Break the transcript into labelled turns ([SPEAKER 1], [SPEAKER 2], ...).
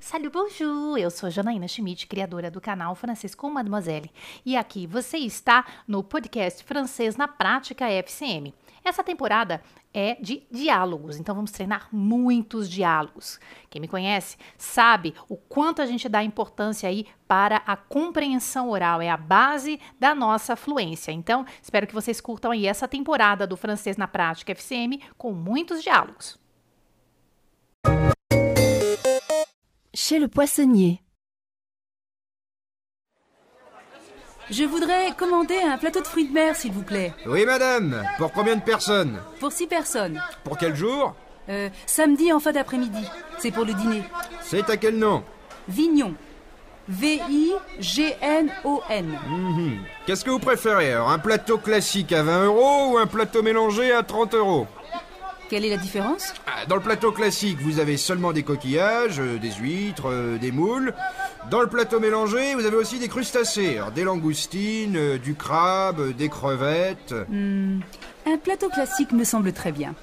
[SPEAKER 1] Salut, bonjour! Eu sou Janaína Schmidt, criadora do canal Francisco Mademoiselle, e aqui você está no podcast Francês na Prática FCM. Essa temporada é de diálogos, então vamos treinar muitos diálogos. Quem me conhece sabe o quanto a gente dá importância aí para a compreensão oral, é a base da nossa fluência. Então, espero que vocês curtam aí essa temporada do Francês na Prática FCM com muitos diálogos.
[SPEAKER 2] Chez le poissonnier.
[SPEAKER 3] Je voudrais commander un plateau de fruits de mer, s'il vous plaît,
[SPEAKER 4] Oui, madame. Pour combien de personnes
[SPEAKER 3] pour six personnes.
[SPEAKER 4] Pour quel jour
[SPEAKER 3] Euh, samedi en fin d'après-midi. C'est pour le dîner.
[SPEAKER 4] C'est à quel nom
[SPEAKER 3] Vignon. V-I-G-N-O-N.
[SPEAKER 4] Qu'est-ce que vous préférez alors Un plateau classique à 20 euros ou un plateau mélangé à 30 euros
[SPEAKER 3] Quelle est la différence
[SPEAKER 4] Ah, Dans le plateau classique, vous avez seulement des coquillages, euh, des huîtres, euh, des moules. Dans le plateau mélangé, vous avez aussi des crustacés, alors des langoustines, euh, du crabe, euh, des crevettes.
[SPEAKER 3] Un plateau classique me semble très bien.